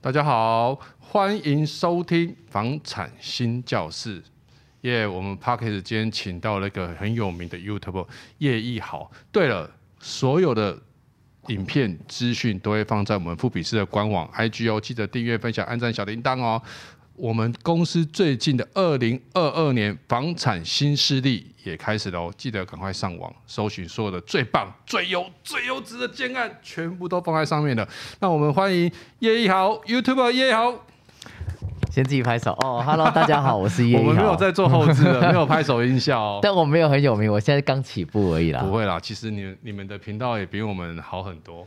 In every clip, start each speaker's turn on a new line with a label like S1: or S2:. S1: 大家好，欢迎收听房产新教室。耶、我们 p a c k e s 今天请到了一个很有名的 YouTube 叶一豪。对了，所有的影片资讯都会放在我们富比士的官网 IG 哦，记得订阅、分享、按赞小铃铛哦。我们公司最近的二零二二年房产新势力也开始了哦，记得赶快上网搜寻所有的最棒、最优、最优质的建案，全部都放在上面了。那我们欢迎叶一豪 YouTube 叶一豪，
S2: 先自己拍手哦，Hello，大 家好，我是叶
S1: 我
S2: 一
S1: 们没有
S2: 豪。
S1: 在做后置的，没有拍手音效哦。
S2: 但我没有很有名，我现在刚起步而已啦
S1: 不。会啦，其实你你们的频道也比我们好很多。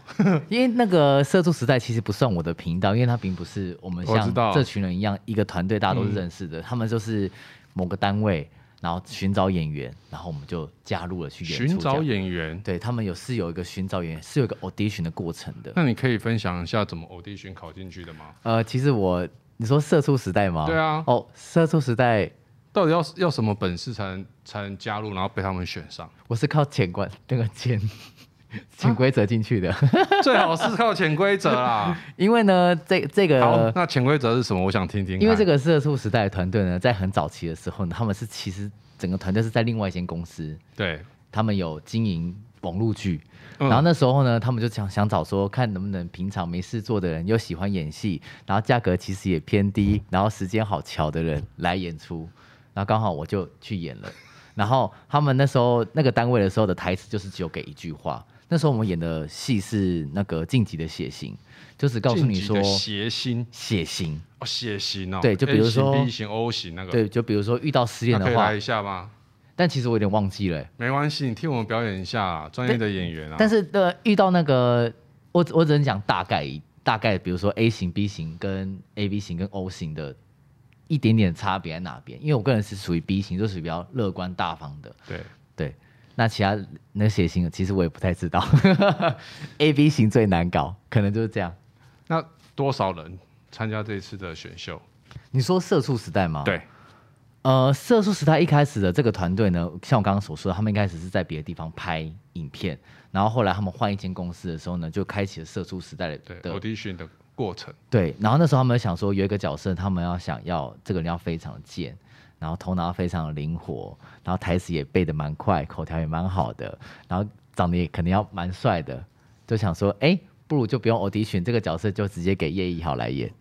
S2: 因为那个社畜时代其实不算我的频道，因为它并不是我们
S1: 我知
S2: 像
S1: 道嗯
S2: 这群人一样，一个团队大家都是认识的，他们就是某个单位，然后寻找演员，然后我们就加入了去演出这样。
S1: 寻找演员，
S2: 对他们有是有一个寻找演员，是有一个 audition 的过程的。
S1: 那你可以分享一下怎么 audition 考进去的吗？
S2: 呃，其实我你说社畜时代吗？
S1: 对啊
S2: 哦，社畜时代
S1: 到底要要什么本事才能才能加入，然后被他们选上？
S2: 我是靠潜规那个潜潜规则进去的。
S1: 最好是靠潜规则啦。
S2: 因为呢，这这
S1: 好
S2: 个，，
S1: 那潜规则是什么？我想听听看。
S2: 呃因为这个社畜时代的团队呢，在很早期的时候呢，他们是其实整个团队是在另外一间公司，
S1: 对，
S2: 他们有经营网络剧，
S1: 嗯
S2: 然后那时候呢，他们就想想找说，看能不能平常没事做的人，又喜欢演戏，然后价格其实也偏
S1: 嗯
S2: 低，然后时间好巧的人来演出，然后刚好我就去演了。然后他们那时候那个单位的时候的台词就是只有给一句话。那时候我们演的戏是那个晋级的血型，就只告诉你
S1: 晋级
S2: 说
S1: 的谐星
S2: 血型，
S1: 哦，血型哦，
S2: 对就比如
S1: A 型
S2: 说
S1: B 型、O 型那个，，
S2: 对，就比如说遇到失恋
S1: 那可
S2: 的
S1: 以
S2: 话
S1: 来，一下吗？
S2: 但其实我有点忘记了欸、
S1: 没关系，你替我们表演一下啊，专业的演员啊。
S2: 但是呃，遇到那个，我我只能讲大概大概，比如说 A 型、B 型跟 A B 型跟 O 型的一点点差别在哪边？因为我个人是属于 B 型，就属于比较乐观大方的，
S1: 对，
S2: 对。那其他那血型，其实我也不太知道。A、B 型最难搞，可能就是这样。
S1: 那多少人参加这次的选秀？
S2: 你说社畜时代吗？
S1: 对，
S2: 呃，色素时代一开始的这个团队呢，像我刚刚所说的，他们一开始是在别的地方拍影片，然后后来他们换一间公司的时候呢，就开启了色素时代的
S1: 对，audition 的过程。
S2: 对然后那时候他们想说有一个角色，他们要想要这个人要非常的贱，然后头脑要非常的灵活，然后台词也背得蛮快，口条也蛮好的，然后长得也肯定要蛮帅的，就想说，哎，不如就不用 audition 这个角色，就直接给叶一豪来演，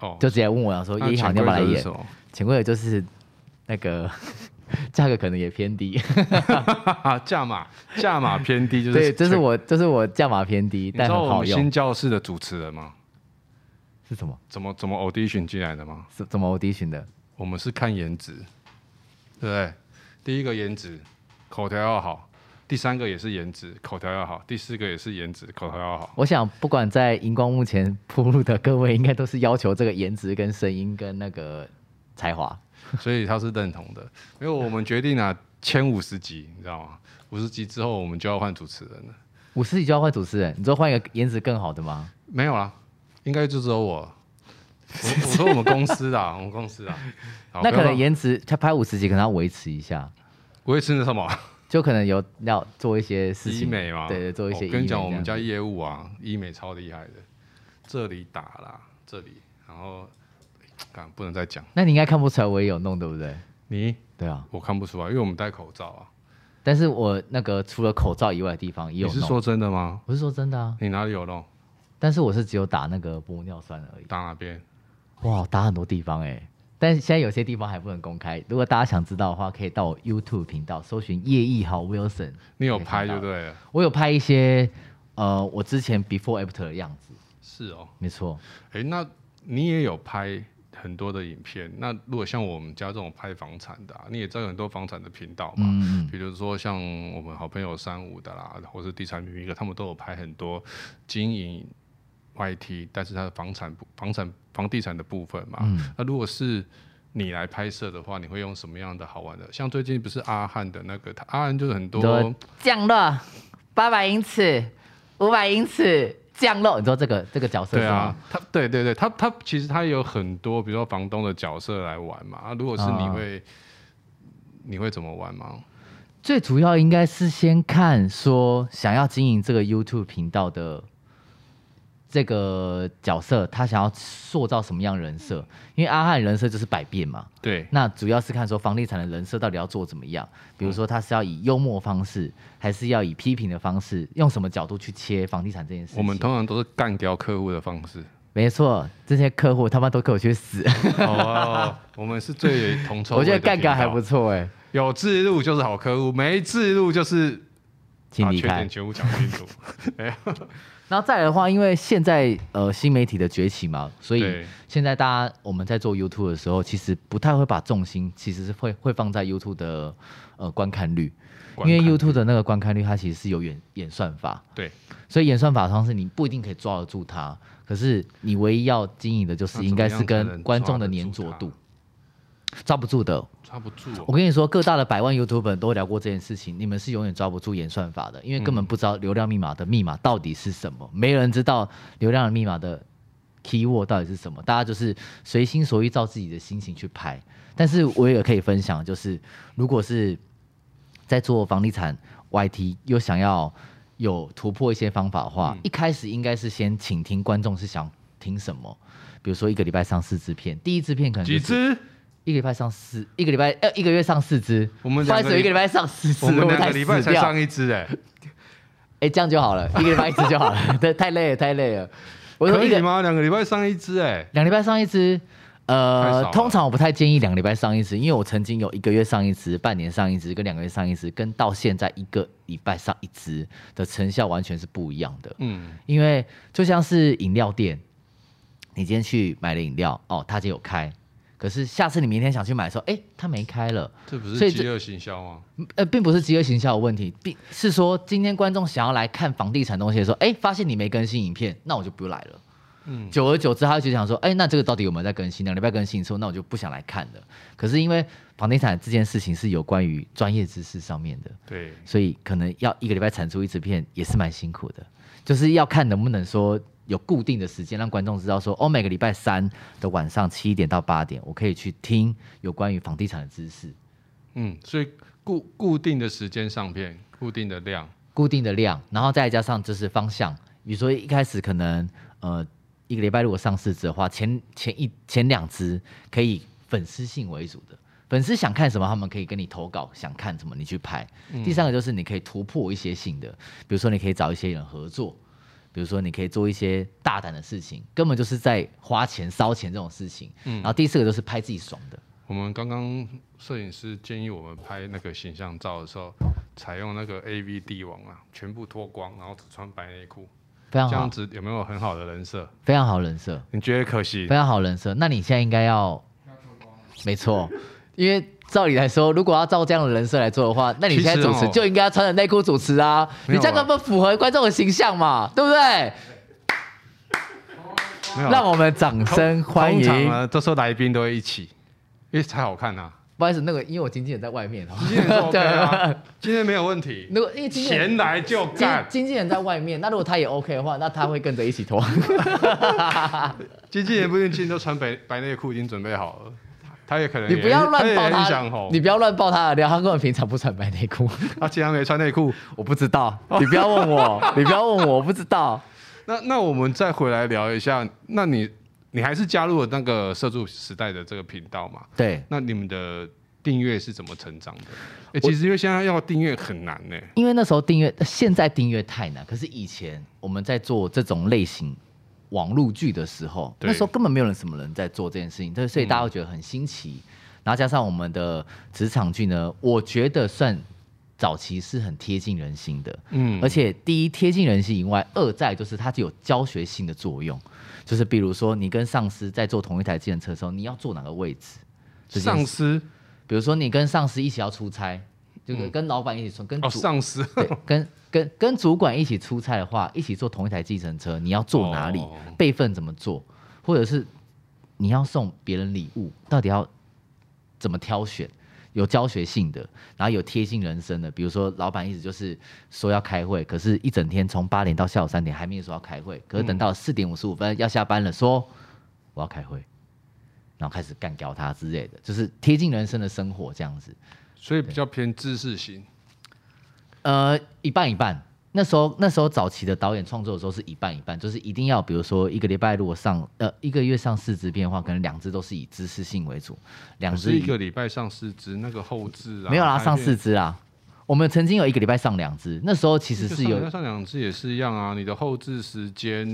S1: 哦，
S2: 就直接问我想说，
S1: 那
S2: 叶一豪
S1: 潜
S2: 你要不
S1: 规
S2: 要来
S1: 则是
S2: 演
S1: 什？么
S2: 请问就是那个 价格可能也偏低，
S1: 价码价码偏低，就是
S2: 对，这是我这是我价码偏低，
S1: 你知
S2: 但
S1: 道
S2: 很
S1: 我
S2: 好
S1: 们
S2: 用
S1: 新。教室的主持人吗？
S2: 是什么？
S1: 怎么怎么 audition 进来的吗？
S2: 怎怎么 audition 的？
S1: 我们是看颜值，对不对？第一个颜值，口条要好；第三个也是颜值，口条要好；第四个也是颜值，口条要好。
S2: 我想不管在荧光幕前铺路的各位，应该都是要求这个颜值、跟声音、跟那个才华。
S1: 所以他是认同的。因为我们决定啊，签五十集，你知道吗？五十集之后我们就要换主持人了。
S2: 五十集就要换主持人，你说换一个颜值更好的吗？
S1: 没有啦，应该就只有我。我我说我们公司的，我们公司的，好
S2: 那
S1: 不要
S2: 可能
S1: 乱
S2: 颜值他拍五十集，可能要维持一下，
S1: 我会吃那什么
S2: 就可能有要做一些事情。
S1: 医美嘛？
S2: 对对，做一些医
S1: 我
S2: 美这样子。
S1: 跟你讲，我们家业务啊，医美超厉害的，这里打啦，这里，然后，干不能再讲
S2: 那你应该看不出来我也有弄，对不对？
S1: 你，
S2: 对啊，
S1: 我看不出来，因为我们戴口罩啊。
S2: 但是我那个除了口罩以外的地方也有
S1: 你
S2: 弄。
S1: 是说真的吗？
S2: 我是说真的啊，
S1: 你哪里有弄？
S2: 但是我是只有打那个玻尿酸而已。
S1: 打哪边？
S2: 哇，打很多地方哎、但现在有些地方还不能公开。如果大家想知道的话，可以到我 YouTube 频道搜寻叶一豪 Wilson。
S1: 你有
S2: 可以
S1: 拍
S2: 看到
S1: 就对了。
S2: 我有拍一些呃我之前 before after 的样子，
S1: 是哦，
S2: 没错。
S1: 诶，那你也有拍很多的影片。那如果像我们家这种拍房产的、啊，你也知道有很多房产的频道嘛，
S2: 嗯，
S1: 比如说像我们好朋友三五的啦，或是地产秘密课，他们都有拍很多经营 YT，但是它的房产部房产房地产的部分嘛。
S2: 嗯
S1: 那如果是你来拍摄的话，你会用什么样的好玩的？像最近不是阿汉的那个，他阿汉就是很多
S2: 你说降落八百英尺，五百英尺降落，你知道这个这个角色
S1: 对
S2: 是
S1: 啊
S2: 吗？，
S1: 他对对对，他他其实他有很多，比如说房东的角色来玩嘛。啊，如果是你
S2: 啊
S1: 会，你会怎么玩吗？
S2: 最主要应该是先看说想要经营这个 YouTube 频道的这个角色他想要塑造什么样人设，因为阿汉人设就是百变嘛。
S1: 对，
S2: 那主要是看说房地产的人设到底要做怎么样，比如说他是要以幽默方式，还是要以批评的方式，用什么角度去切房地产这件事情。
S1: 我们通常都是干掉客户的方式。
S2: 没错，这些客户他妈都给我去死，
S1: 哦，我们是最有同仇。
S2: 我觉得干干还不
S1: 错，
S2: 错哎、
S1: 有制度就是好客户，没制度就是
S2: 请
S1: 把
S2: 离
S1: 缺
S2: 开
S1: 点。全部讲清楚。
S2: 然后再来的话，因为现在呃新媒体的崛起嘛， 所以
S1: 对
S2: 现在大家我们在做 YouTube 的时候，其实不太会把重心其实是会会放在 YouTube 的呃观看率，
S1: 观
S2: 因为
S1: 看
S2: YouTube 的那个观看率它其实是有演演算法，
S1: 对，
S2: 所以演算法方式你不一定可以抓得住它，可是你唯一要经营的就是
S1: 那
S2: 应该
S1: 怎么
S2: 是
S1: 样才
S2: 跟
S1: 能
S2: 观
S1: 抓
S2: 众
S1: 得
S2: 的
S1: 住
S2: 粘着
S1: 它
S2: 度，抓不住的。
S1: 抓不住
S2: 我
S1: 哦。
S2: 跟你说，各大的百万 YouTuber 都聊过这件事情，你们是永远抓不住演算法的，因为根本不知道流量密码的密码到底是什么，没人知道流量的密码的 keyword 到底是什么，大家就是随心所欲，照自己的心情去拍。但是我也可以分享，就是如果是在做房地产 YT 又想要有突破一些方法的话，一开始应该是先倾听观众是想听什么，比如说一个礼拜上四支片，第一支片可能、就是、
S1: 几只？
S2: 一个礼拜上四，一个礼拜呃一个月上四支，
S1: 我们
S2: 不
S1: 两
S2: 好意
S1: 个
S2: 思，
S1: 礼
S2: 一个礼拜上四支，
S1: 我们两
S2: 太
S1: 个礼拜
S2: 死
S1: 才
S2: 掉
S1: 上一只哎，
S2: 哎、这样 就好了，一个礼拜一支就好了，对，太累了，太累了。我说
S1: 可
S2: 一
S1: 以
S2: 个
S1: 吗？两个礼拜上一只哎，
S2: 两礼拜上一支，
S1: 太少
S2: 呃
S1: 了，
S2: 通常我不太建议两个礼拜上一支，因为我曾经有一个月上一支、半年上一支、跟两个月上一支，跟到现在一个礼拜上一支的成效完全是不一样的。
S1: 嗯，
S2: 因为就像是饮料店，你今天去买了饮料，哦，它就有开，可是下次你明天想去买的时候，哎、它没开了。
S1: 这不
S2: 所
S1: 是
S2: 以这
S1: 饥饿行销吗？
S2: 呃，并不是饥饿行销的问题，并是说今天观众想要来看房地产东西的时候，哎，发现你没更新影片，那我就不来了。
S1: 嗯
S2: 久而久之，他就想说，哎，那这个到底有没有在更新？两个礼拜更新一次，那我就不想来看了。可是因为房地产这件事情是有关于专业知识上面的，
S1: 对，
S2: 所以可能要一个礼拜产出一支片也是蛮辛苦的，就是要看能不能说有固定的时间让观众知道说，哦，每个礼拜三的晚上七点到八点，我可以去听有关于房地产的知识，
S1: 嗯，所以固固定的时间上片，固定的量，
S2: 固定的量，然后再加上就是方向。比如说一开始可能呃一个礼拜如果上四支的话，前前一前两支可以粉丝性为主的，粉丝想看什么他们可以跟你投稿，想看什么你去拍。第三个就是你可以突破一些性的，比如说你可以找一些人合作。比如说，你可以做一些大胆的事情，根本就是在花钱烧钱这种事情。然后第四个就是拍自己爽的，
S1: 我们刚刚摄影师建议我们拍那个形象照的时候，采用那个 A V 帝王啊，全部脱光，然后只穿白内裤，
S2: 非常
S1: 这样
S2: 好，
S1: 子有没有很好的人设？
S2: 非常好人设。
S1: 你觉得可惜？
S2: 非常好人设。那你现在应该要，
S1: 啊
S2: 没错，因为照理来说，如果要照这样的人设来做的话，那你
S1: 其实
S2: 现在主持
S1: 哦
S2: 就应该要穿着内裤主持啊，
S1: 没
S2: 你
S1: 有啊
S2: 这样根本符合观众的形象嘛，对不对？
S1: 没有啊，
S2: 让我们掌声欢
S1: 通常啊
S2: 迎。
S1: 呢，这时候来宾都会一起，因为才好看啊。
S2: 不好意思，那个因为我经纪人在外面哦，
S1: 今天是 OK
S2: 对
S1: 啊，今天没有问题，
S2: 如果因为经纪人
S1: 闲来就
S2: 经
S1: 干。
S2: 经纪人在外面，那如果他也 OK 的话，那他会跟着一 起脱。
S1: 哎经纪人不定今天都穿白白内裤已经准备好了，他也可能
S2: 你不要乱爆
S1: 他也很
S2: 他
S1: 想红，
S2: 你不要乱爆他的料，他根本平常不穿白内裤。
S1: 他竟然没穿内裤。
S2: 我不知道，你不要问我，你不要问我，我不知道。
S1: 那那我们再回来聊一下，那你你还是加入了那个社畜时代的这个频道嘛？
S2: 对，
S1: 那你们的订阅是怎么成长的？哎、其实因为现在要订阅很难呢、
S2: 因为那时候订阅，现在订阅太难。可是以前我们在做这种类型网络剧的时候，
S1: 对
S2: 那时候根本没有人什么人在做这件事情，对，所以大家会觉得很新奇。
S1: 嗯
S2: 然后加上我们的职场剧呢，我觉得算早期是很贴近人心的。
S1: 嗯
S2: 而且第一贴近人性以外，二在就是它具有教学性的作用，就是比如说你跟上司在坐同一台计程车的时候，你要坐哪个位置？这件事
S1: 上司
S2: 比如说你跟上司一起要出差，就跟跟老板一起出，跟
S1: 嗯哦，
S2: 嗯主
S1: 上司
S2: 对，跟跟跟主管一起出差的话，一起坐同一台计程车，你要坐哪里
S1: 哦？
S2: 备份怎么做？或者是你要送别人礼物，到底要怎么挑选？有教学性的，然后有贴近人生的，比如说老板一直就是说要开会，可是一整天从八点到下午三点还没有说要开会，可是等到四点五十五分要下班了，说我要开会，然后开始干掉他之类的，就是贴近人生的生活这样子。
S1: 所以比较偏知识型。
S2: 呃，一半一半，那时候那时候早期的导演创作的时候是一半一半，就是一定要比如说一个礼拜如果上呃一个月上四支片的话，可能两支都是以知识性为主，两
S1: 可
S2: 支
S1: 哦是
S2: 以
S1: 一个礼拜上四支，那个后置啊，
S2: 没有啦，
S1: 拍
S2: 上
S1: 片
S2: 四支啦。我们曾经有一个礼拜上两支，那时候其实
S1: 就是上
S2: 有
S1: 那上两支也是一样啊，你的后置时间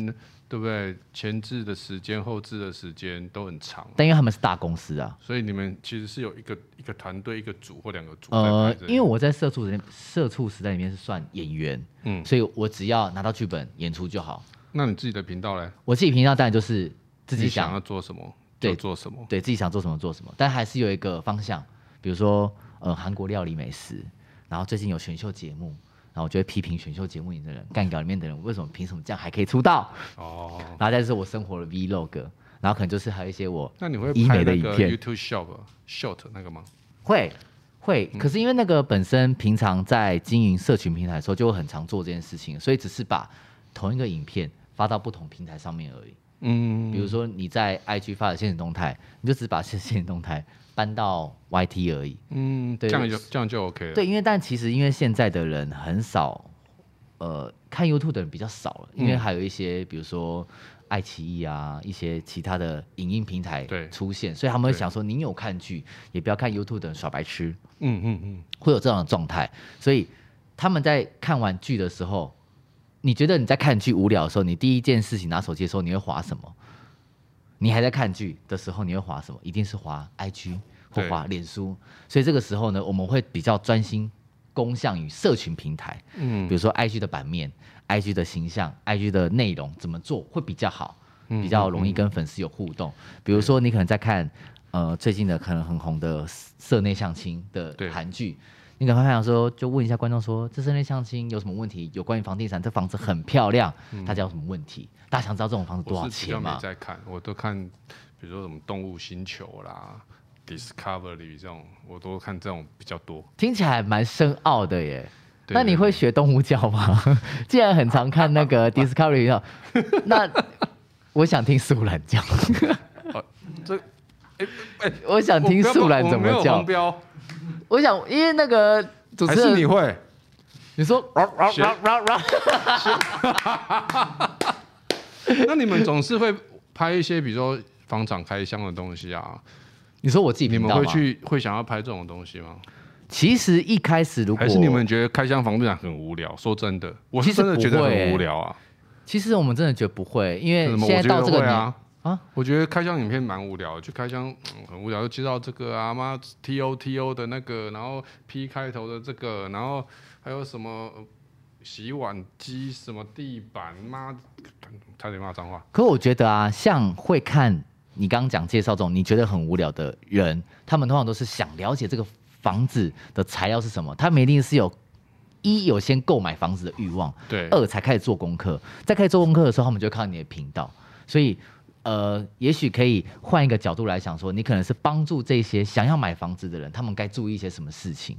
S1: 对不对？前置的时间、后置的时间都很长啊、
S2: 但因为他们是大公司啊，
S1: 所以你们其实是有一个一个团队、一个组或两个组在
S2: 呃
S1: 拍这，个
S2: 因为我在社畜里面，社畜时代里面是算演员，
S1: 嗯
S2: 所以我只要拿到剧本演出就好。
S1: 那你自己的频道嘞，
S2: 我自己平常当然就是自己
S1: 你
S2: 想，啊
S1: 想要做什么
S2: 对
S1: 就做什么。
S2: 对自己想做什么做什么，但还是有一个方向，比如说呃韩国料理美食，然后最近有选秀节目，然后我就会批评选秀节目里的人，干掉里面的人为什么凭什么这样还可以出道，
S1: 哦，
S2: 然后再就是我生活的 vlog，然后可能就是还有一些我
S1: 那你会
S2: 医
S1: 拍
S2: 美的
S1: 那
S2: 影
S1: 个
S2: 片
S1: YouTube Shop Short 那个吗？
S2: 会会，可是因为那个本身平常在经营社群平台的时候，就会很常做这件事情，所以只是把同一个影片发到不同平台上面而已。
S1: 嗯，
S2: 比如说你在 IG 发的现实动态，你就只把现现实动态搬到 YT 而已。
S1: 嗯，
S2: 对
S1: 这样就这样就 OK 了。
S2: 对，因为但其实因为现在的人很少，呃，看 YouTube 的人比较少了，因为
S1: 嗯
S2: 还有一些、比如说爱奇艺啊，一些其他的影音平台
S1: 对
S2: 出现，所以他们会
S1: 对
S2: 想说，您有看剧，也不要看 YouTube 的人耍白痴。
S1: 嗯嗯嗯，
S2: 会有这样的状态，所以他们在看完剧的时候，你觉得你在看剧无聊的时候，你第一件事情拿手机的时候，你会划什么？你还在看剧的时候，你会划什么？一定是划 IG 或划脸书。所以这个时候呢，我们会比较专心攻向于社群平台，嗯，比如说 IG 的版面、IG 的形象、IG 的内容怎么做会比较好，
S1: 嗯
S2: 比较容易跟粉丝有互动。比如说你可能在看呃最近的可能很红的社内相亲的
S1: 对
S2: 韩剧。你可能会想说，就问一下观众说，这室内相亲有什么问题？有关于房地产，这房子很漂亮，大家有什么问题？大家想知道这种房子多
S1: 嗯
S2: 少
S1: 我是比较
S2: 钱
S1: 没
S2: 吗？
S1: 在看，我都看，比如说什么动物星球啦、Discovery 这种，我都看这种比较多。
S2: 听起来蛮深奥的耶。
S1: 对
S2: 那你会学动物叫吗？ 既然很常看那个 Discovery 频道那我想听素兰叫，
S1: 这
S2: 我想听素兰怎么叫。
S1: 标，
S2: 我想，因为那个主
S1: 还
S2: 持
S1: 是
S2: 人，
S1: 你会？
S2: 你说，啊啊
S1: 学
S2: 啊啊啊
S1: 那你们总是会拍一些，比如说房产开箱的东西啊，
S2: 你说我自己
S1: 你
S2: 频
S1: 们
S2: 道
S1: 会
S2: 吗？
S1: 去会想要拍这种东西吗？
S2: 其实一开始如果
S1: 还是你们觉得开箱房地产很无聊？说真的，我是
S2: 其实
S1: 真的觉得
S2: 不会
S1: 很
S2: 欸
S1: 无聊啊。
S2: 其实我们真的觉得不会，因为
S1: 真的吗
S2: 现在到这个
S1: 我觉得会
S2: 年
S1: 啊
S2: 啊
S1: 我觉得开箱影片蛮无聊的，就开箱、嗯很无聊，就介绍这个啊，妈 T O T O 的那个，然后 P 开头的这个，然后还有什么呃洗碗机、什么地板，妈差点骂脏话。
S2: 可我觉得啊，像会看你刚刚讲介绍这种你觉得很无聊的人，他们通常都是想了解这个房子的材料是什么，他们一定是有一有先购买房子的欲望，
S1: 对，
S2: 二才开始做功课，在开始做功课的时候，他们就看到你的频道，所以。呃，也许可以换一个角度来想说你可能是帮助这些想要买房子的人，他们该注意一些什么事情，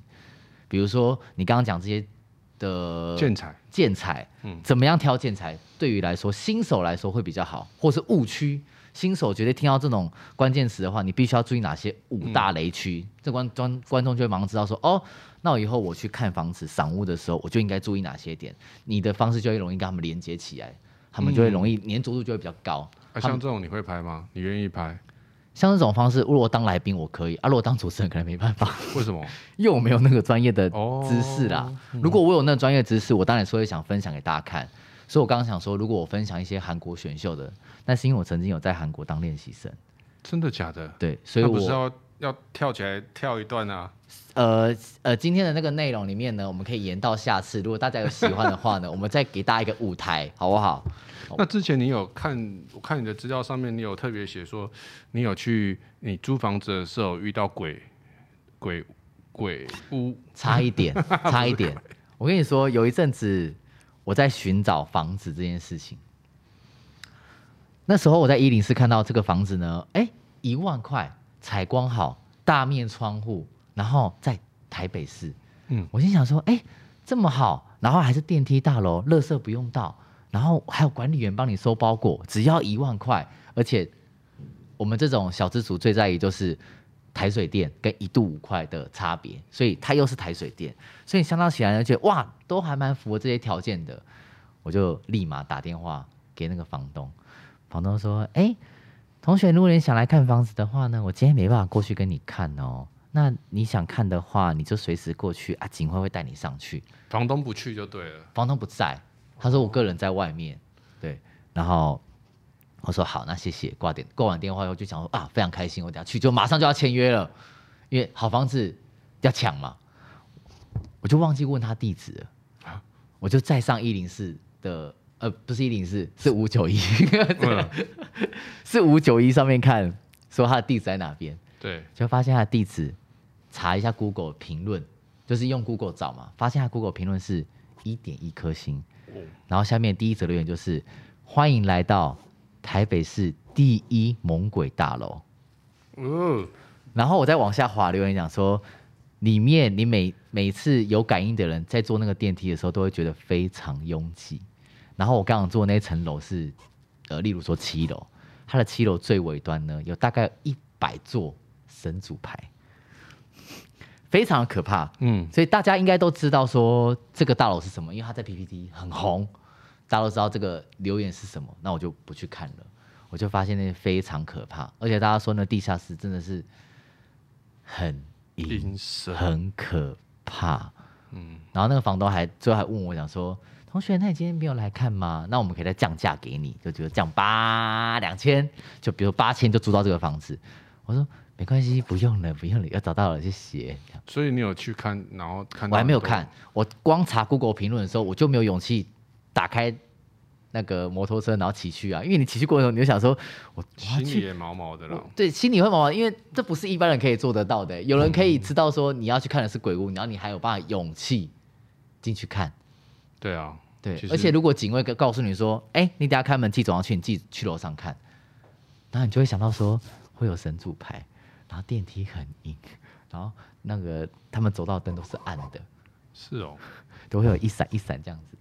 S2: 比如说你刚刚讲这些的
S1: 建材，
S2: 建材，
S1: 嗯
S2: 怎么样挑建材，对于来说新手来说会比较好，或是误区。新手绝对听到这种关键词的话，你必须要注意哪些五大雷区，这观观观众就会马上知道说，哦，那我以后我去看房子、赏屋的时候，我就应该注意哪些点。你的方式就会容易跟他们连接起来，他们就会容易粘着度就会比较高。
S1: 啊，像这种你会拍吗？你愿意拍？
S2: 像这种方式，如果当来宾我可以，啊，如果当主持人可能没办法。
S1: 为什么？
S2: 因为我没有那个专业的
S1: 哦
S2: 知识啦。如果我有那个专业知识，我当然是会想分享给大家看。所以我刚刚想说，如果我分享一些韩国选秀的，那是因为我曾经有在韩国当练习生，
S1: 真的假的？
S2: 对，所以
S1: 那不是哦
S2: 我
S1: 要要跳起来跳一段啊？
S2: 呃呃，今天的那个内容里面呢，我们可以延到下次。如果大家有喜欢的话呢，我 们再给大家一个舞台，好不好？
S1: 那之前你有看，我看你的资料上面，你有特别写说，你有去你租房子的时候遇到鬼鬼鬼屋，
S2: 差一点，差一点。我跟你说，有一阵子我在寻找房子这件事情。那时候我在一零四看到这个房子呢，哎，一万块，采光好，大面窗户，然后在台北市，
S1: 嗯
S2: 嗯，我心想说，哎，这么好，然后还是电梯大楼，垃圾不用倒，然后还有管理员帮你收包裹，只要一万块，而且我们这种小资族最在意就是台水店跟一度五块的差别，所以它又是台水店，所以相当起来呢，觉得哇，都还蛮符合这些条件的，我就立马打电话给那个房东，房东说，哎、同学，如果你想来看房子的话呢，我今天没办法过去跟你看哦。那你想看的话，你就随时过去啊，警官会带你上去。
S1: 房东不去就对了。
S2: 房东不在，他说我个人在外面，对，然后我说好，那谢谢，挂电挂完电话以后就想说啊，非常开心，我等下去就马上就要签约了，因为好房子要抢嘛，我就忘记问他地址了
S1: 啊，
S2: 我就再上一零四的。呃，不是一零四，是五九一，
S1: 嗯，
S2: 是五九一上面看，说他的地址在哪边，
S1: 对，
S2: 就发现他的地址，查一下 Google 评论，就是用 Google 找嘛，发现他 Google 评论是一点一颗星，
S1: 哦
S2: 然后下面第一则留言就是欢迎来到台北市第一猛鬼大楼。
S1: 哦，
S2: 然后我再往下滑留言讲说，里面你每每次有感应的人在坐那个电梯的时候，都会觉得非常拥挤。然后我刚刚坐的那层楼是，呃，例如说七楼，它的七楼最尾端呢有大概一百座神主牌，非常可怕。
S1: 嗯，
S2: 所以大家应该都知道说这个大楼是什么，因为它在 PPT 很红，大家都知道这个留言是什么。那我就不去看了，我就发现那非常可怕，而且大家说那地下室真的是很阴
S1: 阴森，
S2: 很可怕。
S1: 嗯，
S2: 然后那个房东还最后还问我讲说，同学，那你今天没有来看吗？那我们可以再降价给你，就觉得降八两千，就比如八千就租到这个房子。我说没关系，不用了，不用了，要找到了，谢谢。
S1: 所以你有去看，然后看到
S2: 我还没有
S1: 很多
S2: 看，我光查 Google 评论的时候，我就没有勇气打开那个摩托车，然后骑去啊，因为你骑去过的时候，你就想说，我我要
S1: 心里
S2: 去，
S1: 也毛毛的了。
S2: 对，心里会毛毛，因为这不是一般人可以做得到的、有人可以
S1: 嗯
S2: 知道说你要去看的是鬼屋，然后你还有办法勇气进去看，
S1: 对啊，
S2: 对
S1: 其，实
S2: 而且如果警卫告告诉你说，哎、你等下开门记走上去，你自己去楼上看，然后你就会想到说会有神主牌，然后电梯很阴，然后那个他们走道灯都是暗的。
S1: 是哦。
S2: 都会有一闪一闪这样子。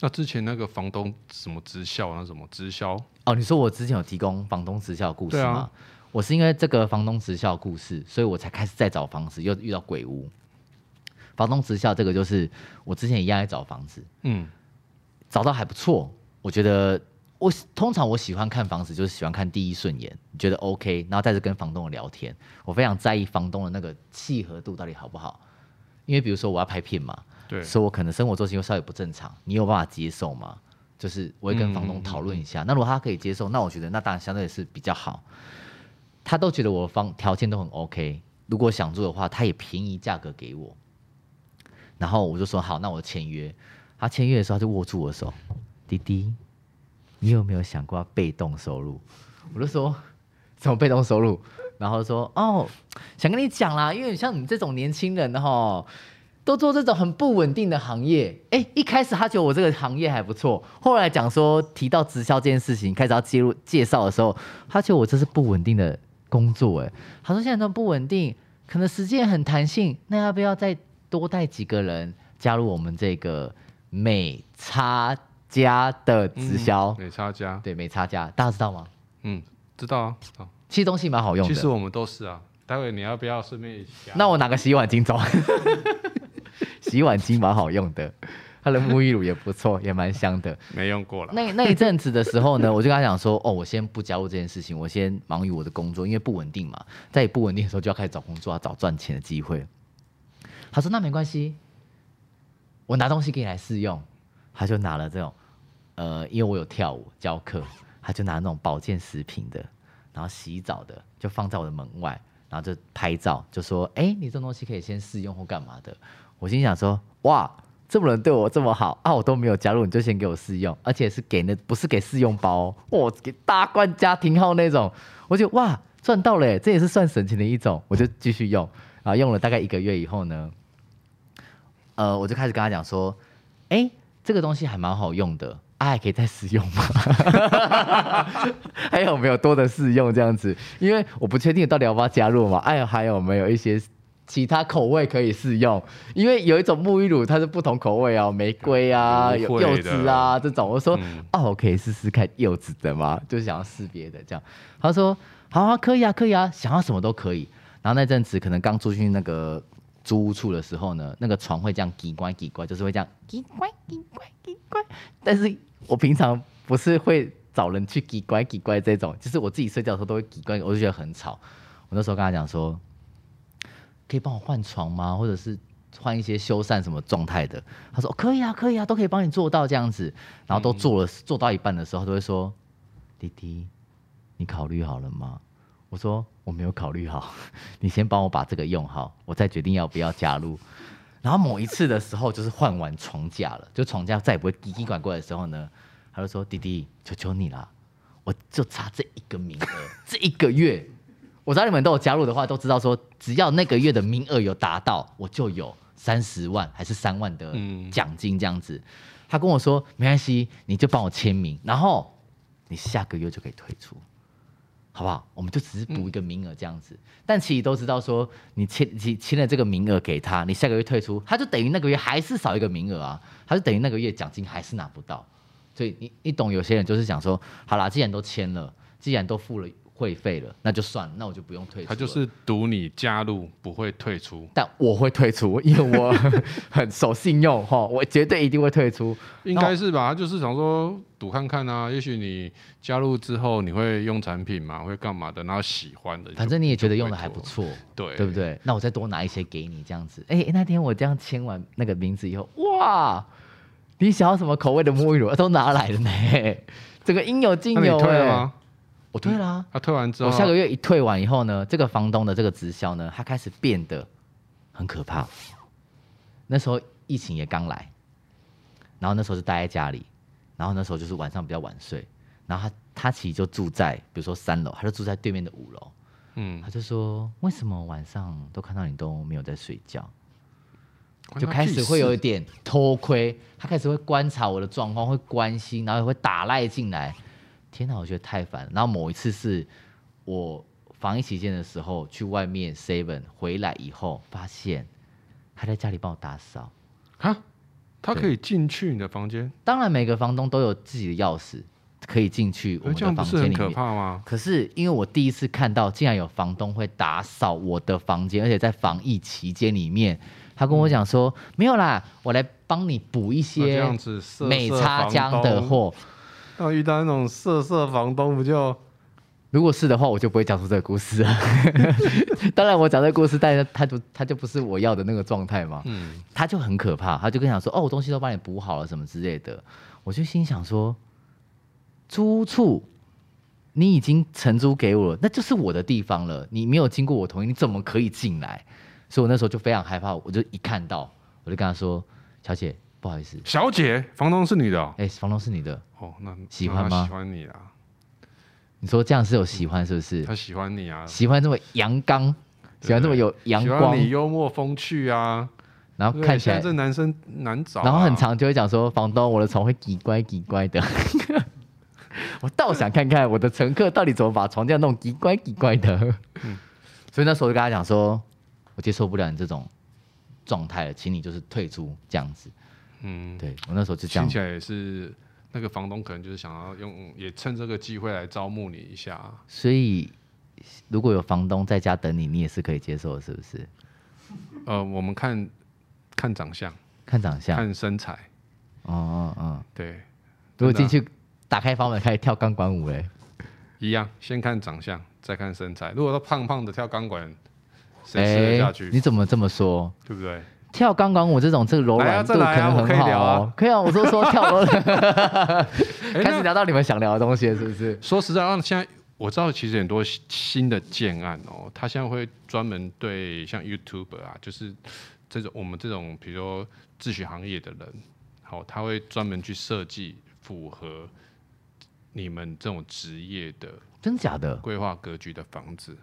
S1: 那之前那个房东什么直销，那什么直销，
S2: 哦，你说我之前有提供房东直销的故事
S1: 对啊
S2: 吗？我是因为这个房东直销的故事，所以我才开始在找房子，又遇到鬼屋。房东直销这个就是我之前一样在找房子，
S1: 嗯，
S2: 找到还不错。我觉得我通常我喜欢看房子，就是喜欢看第一顺眼，觉得 OK，然后再次跟房东聊天。我非常在意房东的那个契合度到底好不好，因为比如说我要拍片嘛，
S1: 对，
S2: 所以我可能生活作息又稍微不正常，你有办法接受吗？就是我会跟房东讨论一下，那如果他可以接受，那我觉得那当然相对是比较好。他都觉得我房条件都很 OK，如果想住的话，他也便宜价格给我。然后我就说好，那我签约。他签约的时候，他就握住我的手，滴滴，你有没有想过要被动收入？我就说什么被动收入？然后说哦，想跟你讲啦，因为像你这种年轻人哈，都做这种很不稳定的行业。哎，一开始他觉得我这个行业还不错，后来讲说提到直销这件事情，开始要介入介绍的时候，他觉得我这是不稳定的工作。哎，他说现在都不稳定，可能时间很弹性，那要不要再多带几个人加入我们这个美差家的直销？
S1: 美嗯差家，
S2: 对，美差家，大家知道吗？
S1: 嗯，知道啊，知道。
S2: 其实东西蛮好用的。
S1: 其实我们都是啊。待会你要不要顺便一起加？
S2: 那我拿个洗碗巾走， 洗碗巾蛮好用的，它的沐浴乳也不错，也蛮香的。
S1: 没用过了。
S2: 那那一阵子的时候 呢，我就跟他讲说，哦，我先不加入这件事情，我先忙于我的工作，因为不稳定嘛，在不稳定的时候就要开始找工作，要找赚钱的机会。他说那没关系，我拿东西给你来试用。他就拿了这种，呃，因为我有跳舞教课，他就拿那种保健食品的，然后洗澡的，就放在我的门外，然后就拍照，就说，哎、你这种东西可以先试用或干嘛的。我心想说，哇，这么人对我这么好啊，我都没有加入，你就先给我试用，而且是给那不是给试用包哦，我给大罐家庭号那种，我就哇赚到了耶，这也是算省钱的一种，我就继续用，然后用了大概一个月以后呢，呃，我就开始跟他讲说，哎、这个东西还蛮好用的。啊，还可以再试用吗？ 还有没有多的试用这样子？因为我不确定到底要不要加入嘛。哎呀，还有没有一些其他口味可以试用？因为有一种沐浴乳它是不同口味哦，玫瑰啊、
S1: 芦
S2: 有
S1: 荟
S2: 柚
S1: 嗯的
S2: 子啊这种。我说、
S1: 嗯
S2: 哦，我可以试试看柚子的吗？就是想要试别的这样。他说好啊，可以啊，可以啊，想要什么都可以。然后那阵子可能刚住进那个租屋处的时候呢，那个床会这样叽呱叽呱，就是会这样叽呱叽呱叽呱。但是我平常不是会找人去叽呱叽呱这种，就是我自己睡觉的时候都会叽呱，我就觉得很吵。我那时候跟他讲说，可以帮我换床吗？或者是换一些修缮什么状态的？他说、哦、可以啊，可以啊，都可以帮你做到这样子。然后都做了，做到一半的时候，他都会说：“弟弟，你考虑好了吗？”我说：“我没有考虑好，你先帮我把这个用好，我再决定要不要加入。”然后某一次的时候，就是换完床架了，就床架再也不会滴滴管过来的时候呢，他就说：“弟弟，求求你啦，我就差这一个名额， 这一个月，我知道你们都有加入的话，都知道说，只要那个月的名额有达到，我就有三十万还是三万的
S1: 嗯
S2: 奖金这样子。他跟我说：“没关系，你就帮我签名，然后你下个月就可以退出。”好不好？我们就只是补一个名额这样子，但其实都知道说，你签签签了这个名额给他，你下个月退出，他就等于那个月还是少一个名额啊，他就等于那个月奖金还是拿不到。所以你你懂，有些人就是想说，好啦，既然都签了，既然都付了会费了，那就算了，那我就不用退出了。
S1: 他就是赌你加入不会退出，
S2: 但我会退出，因为我很守信用哈，我绝对一定会退 出。
S1: 应该是吧？他就是想说赌看看啊，也许你加入之后你会用产品嘛，会干嘛的，然后喜欢的，
S2: 反正你也觉得用的还不错，
S1: 对
S2: 对不对？那我再多拿一些给你，这样子。哎、那天我这样签完那个名字以后，哇，你想要什么口味的沐浴乳都拿来了呢，整个应有尽
S1: 那你
S2: 有、
S1: 退了
S2: 哎
S1: 吗？
S2: 我退了啊、
S1: 他退完之后，
S2: 我下个月一退完以后呢，这个房东的这个直销呢，他开始变得很可怕。那时候疫情也刚来，然后那时候就待在家里，然后那时候就是晚上比较晚睡，然后他他其实就住在比如说三楼，他就住在对面的五楼，
S1: 嗯，
S2: 他就说为什么晚上都看到你都没有在睡觉？
S1: 关
S2: 就
S1: 啊他
S2: 开
S1: 屁
S2: 始会有
S1: 事
S2: 一点偷窥，他开始会观察我的状况，会关心，然后也会打赖进来。天哪，我觉得太烦了。然后某一次是我防疫期间的时候去外面 seven 回来以后，发现他在家里帮我打扫。
S1: 啊，他可以进去你的房间，
S2: 当然，每个房东都有自己的钥匙，可以进去我
S1: 可
S2: 们
S1: 哎这样
S2: 的
S1: 不
S2: 房
S1: 是
S2: 间里
S1: 很
S2: 面。
S1: 可怕吗？
S2: 可是因为我第一次看到，竟然有房东会打扫我的房间，而且在防疫期间里面，他跟我讲说、没有啦，我来帮你补一
S1: 嗯那这
S2: 些
S1: 样子色色
S2: 美差江
S1: 房
S2: 的
S1: 东，
S2: 货。
S1: 那遇到那种色色房东不就？
S2: 如果是的话，我就不会讲出这个故事啊。 当然，我讲这个故事，但是他就他就不是我要的那个状态嘛。
S1: 嗯，
S2: 他就很可怕，他就跟你讲说：“哦，我东西都帮你补好了，什么之类的。”我就心想说：“租屋处你已经承租给我了，那就是我的地方了，你没有经过我同意，你怎么可以进来？”所以我那时候就非常害怕，我就一看到，我就跟他说：“小姐，不好意思，
S1: 小姐，房东是女的哦，
S2: 哎、房东是你的，
S1: 哦那
S2: 喜
S1: 那
S2: 欢
S1: 他
S2: 吗
S1: 喜欢你啊，
S2: 你说这样是有喜欢是不是？
S1: 他喜欢你啊，
S2: 喜欢这么阳刚，喜欢这么有阳
S1: 喜
S2: 光
S1: 欢，你幽默风趣啊，
S2: 然后
S1: 对
S2: 看起来
S1: 现在这男生难找啊，
S2: 然后很常就会讲说，房东，我的床会叽乖叽乖的。 我倒想看看我的乘客到底怎么把床这样弄叽乖叽乖的。
S1: 嗯
S2: 所以那时候我就跟他讲说，我接受不了你这种状态了，请你就是退出这样子。
S1: 嗯，
S2: 对我那时候就这
S1: 听
S2: 样
S1: 起，来也是。那个房东可能就是想要用，也趁这个机会来招募你一下啊、
S2: 所以如果有房东在家等你，你也是可以接受的，是不是？
S1: 呃，我们看看长相，
S2: 看长相，
S1: 看身材，
S2: 哦哦哦，
S1: 对，
S2: 如果
S1: 真的
S2: 进
S1: 啊
S2: 去打开房门开始跳钢管舞、欸，
S1: 一样，先看长相，再看身材。如果他胖胖的跳钢管，谁吃得
S2: 哎、
S1: 下去？
S2: 你怎么这么说？
S1: 对不对？
S2: 跳钢管舞这种，这个柔
S1: 来啊
S2: 软度可
S1: 再来啊
S2: 能
S1: 我可
S2: 很
S1: 以
S2: 好
S1: 聊
S2: 哦
S1: 啊。
S2: 可以啊，我说说跳柔 软，
S1: 哎
S2: 开始聊到你们想聊的东西了，是不是？
S1: 说实在话，现在我知道其实很多新新的建案哦，他现在会专门对像 YouTuber 啊，就是这种我们这种比如说自学行业的人，好、他会专门去设计符合你们这种职业的
S2: 真假的？
S1: 规划格局的房子。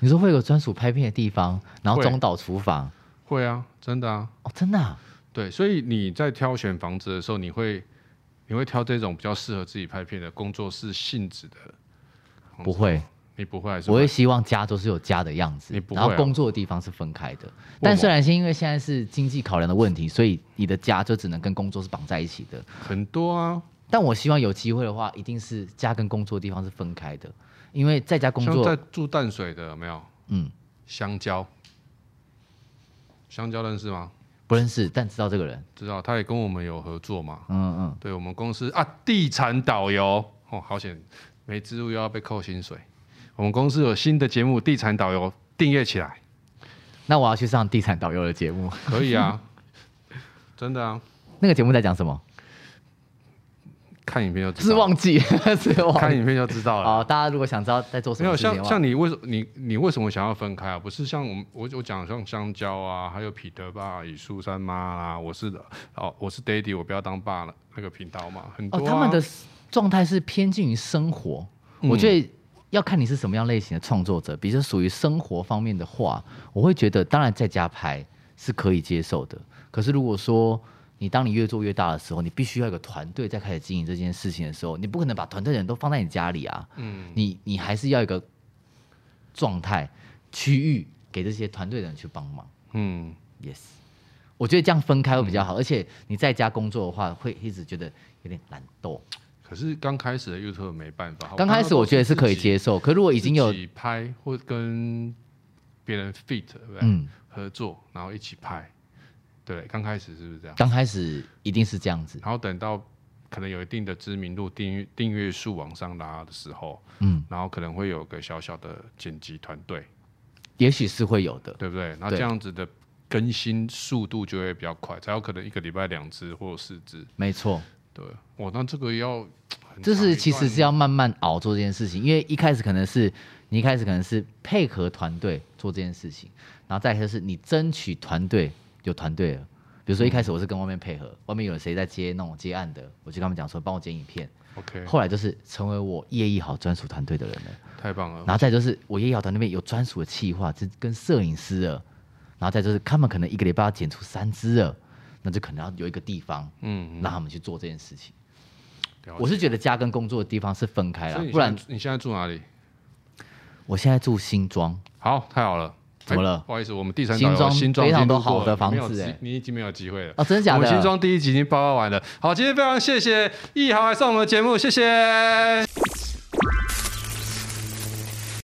S2: 你说会有个专属拍片的地方，然后
S1: 会
S2: 中岛厨房？
S1: 会啊，真的啊，
S2: 哦，真的啊、
S1: 对，所以你在挑选房子的时候，你会你会挑这种比较适合自己拍片的工作室性质的，
S2: 不会，
S1: 你不会还是
S2: 我
S1: 会
S2: 会希望家都是有家的样子
S1: 你，不会
S2: 然
S1: 啊
S2: 后工作的地方是分开的。但虽然是因为现在是经济考量的问题，所以你的家就只能跟工作是绑在一起的。
S1: 很多啊，
S2: 但我希望有机会的话，一定是家跟工作的地方是分开的，因为在家工
S1: 像
S2: 作
S1: 在住淡水的有没有，
S2: 嗯，
S1: 香蕉，香蕉认识吗？
S2: 不认识，但知道这个人。
S1: 知道，他也跟我们有合作嘛。
S2: 嗯嗯，
S1: 对我们公司啊，地产导游哦，好险，没植入又要被扣薪水。我们公司有新的节目《地产导游》，订阅起来
S2: 那我要去上地产导游的节目，
S1: 可以啊，真的啊，
S2: 那个节目在讲什么？
S1: 看影片就知
S2: 是
S1: 道，
S2: 忘记，是忘
S1: 看
S2: 记。
S1: 影片就知道了。
S2: 哦，大家如果想知道在做什
S1: 没
S2: 么
S1: 有
S2: 事情的
S1: 像
S2: 话，
S1: 像你为什你你为什么想要分开啊？不是像我们我我讲像香蕉啊，还有彼得爸与苏珊妈啊，我是的哦，我是 Daddy，我不要当爸了那个频道嘛，很多、
S2: 哦
S1: 啊，
S2: 他们的状态是偏近于生活，
S1: 嗯
S2: 我觉得。要看你是什么样类型的创作者，比如说属于生活方面的话，我会觉得当然在家拍是可以接受的。可是如果说你当你越做越大的时候，你必须要有个团队在开始经营这件事情的时候，你不可能把团队的人都放在你家里啊，
S1: 嗯
S2: 你你还是要有一个状态区域给这些团队的人去帮忙。
S1: 嗯，
S2: Yes，我觉得这样分开会比较好，而且你在家工作的话，会一直觉得有点懒惰。
S1: 可是刚开始的 YouTube 没办法，
S2: 刚开始我觉得是可以
S1: 接。
S2: 接受，可如果已经有
S1: 自己拍或跟别人 fit 对啊不对？
S2: 嗯，
S1: 合作然后一起拍，对，刚开始是不是这样？
S2: 刚开始一定是这样子，
S1: 然后等到可能有一定的知名度、订阅订阅数往上拉的时候，
S2: 嗯，
S1: 然后可能会有个小小的剪辑团队，
S2: 也许是会有的。
S1: 对不对？然后
S2: 对
S1: 这样子的更新速度就会比较快，才有可能一个礼拜两支或四支。
S2: 没错，
S1: 对，哇，那这个要很
S2: 就
S1: 长一
S2: 是其实
S1: 段
S2: 是要慢慢熬做这件事情，因为一开始可能是你一开始可能是配合团队做这件事情，然后再来就是你争取团队有团队了。比如说一开始我是跟外面配
S1: 嗯
S2: 合，外面有谁在接那种接案的，我就跟他们讲说帮我剪影片。
S1: OK，
S2: 后来就是成为我叶一豪专属团队的人了。
S1: 太棒了。
S2: 然后再就是我也瑶团那边有专属的企划，这跟摄影师了，然后再就是他们可能一个礼拜要剪出三支了，那就可能要有一个地方
S1: 嗯，
S2: 让他们去做这件事情。
S1: 了解
S2: 我是觉得家跟工作的地方是分开
S1: 所以
S2: 了，
S1: 你
S2: 哎不然
S1: 现在你现在住哪里？
S2: 我现在住新庄，
S1: 好，太好了。
S2: 怎么了
S1: 哎不好意思，我们第三
S2: 新
S1: 档
S2: 庄
S1: 新庄已
S2: 非常
S1: 经
S2: 多
S1: 路过
S2: 好的
S1: 了
S2: 房
S1: 你没有
S2: 子
S1: 机
S2: 哎
S1: 你已经没有机会了。
S2: 哦真的假的
S1: 我们新庄第一集已经报告完了。好，今天非常谢谢易豪来上我们的节目，谢谢。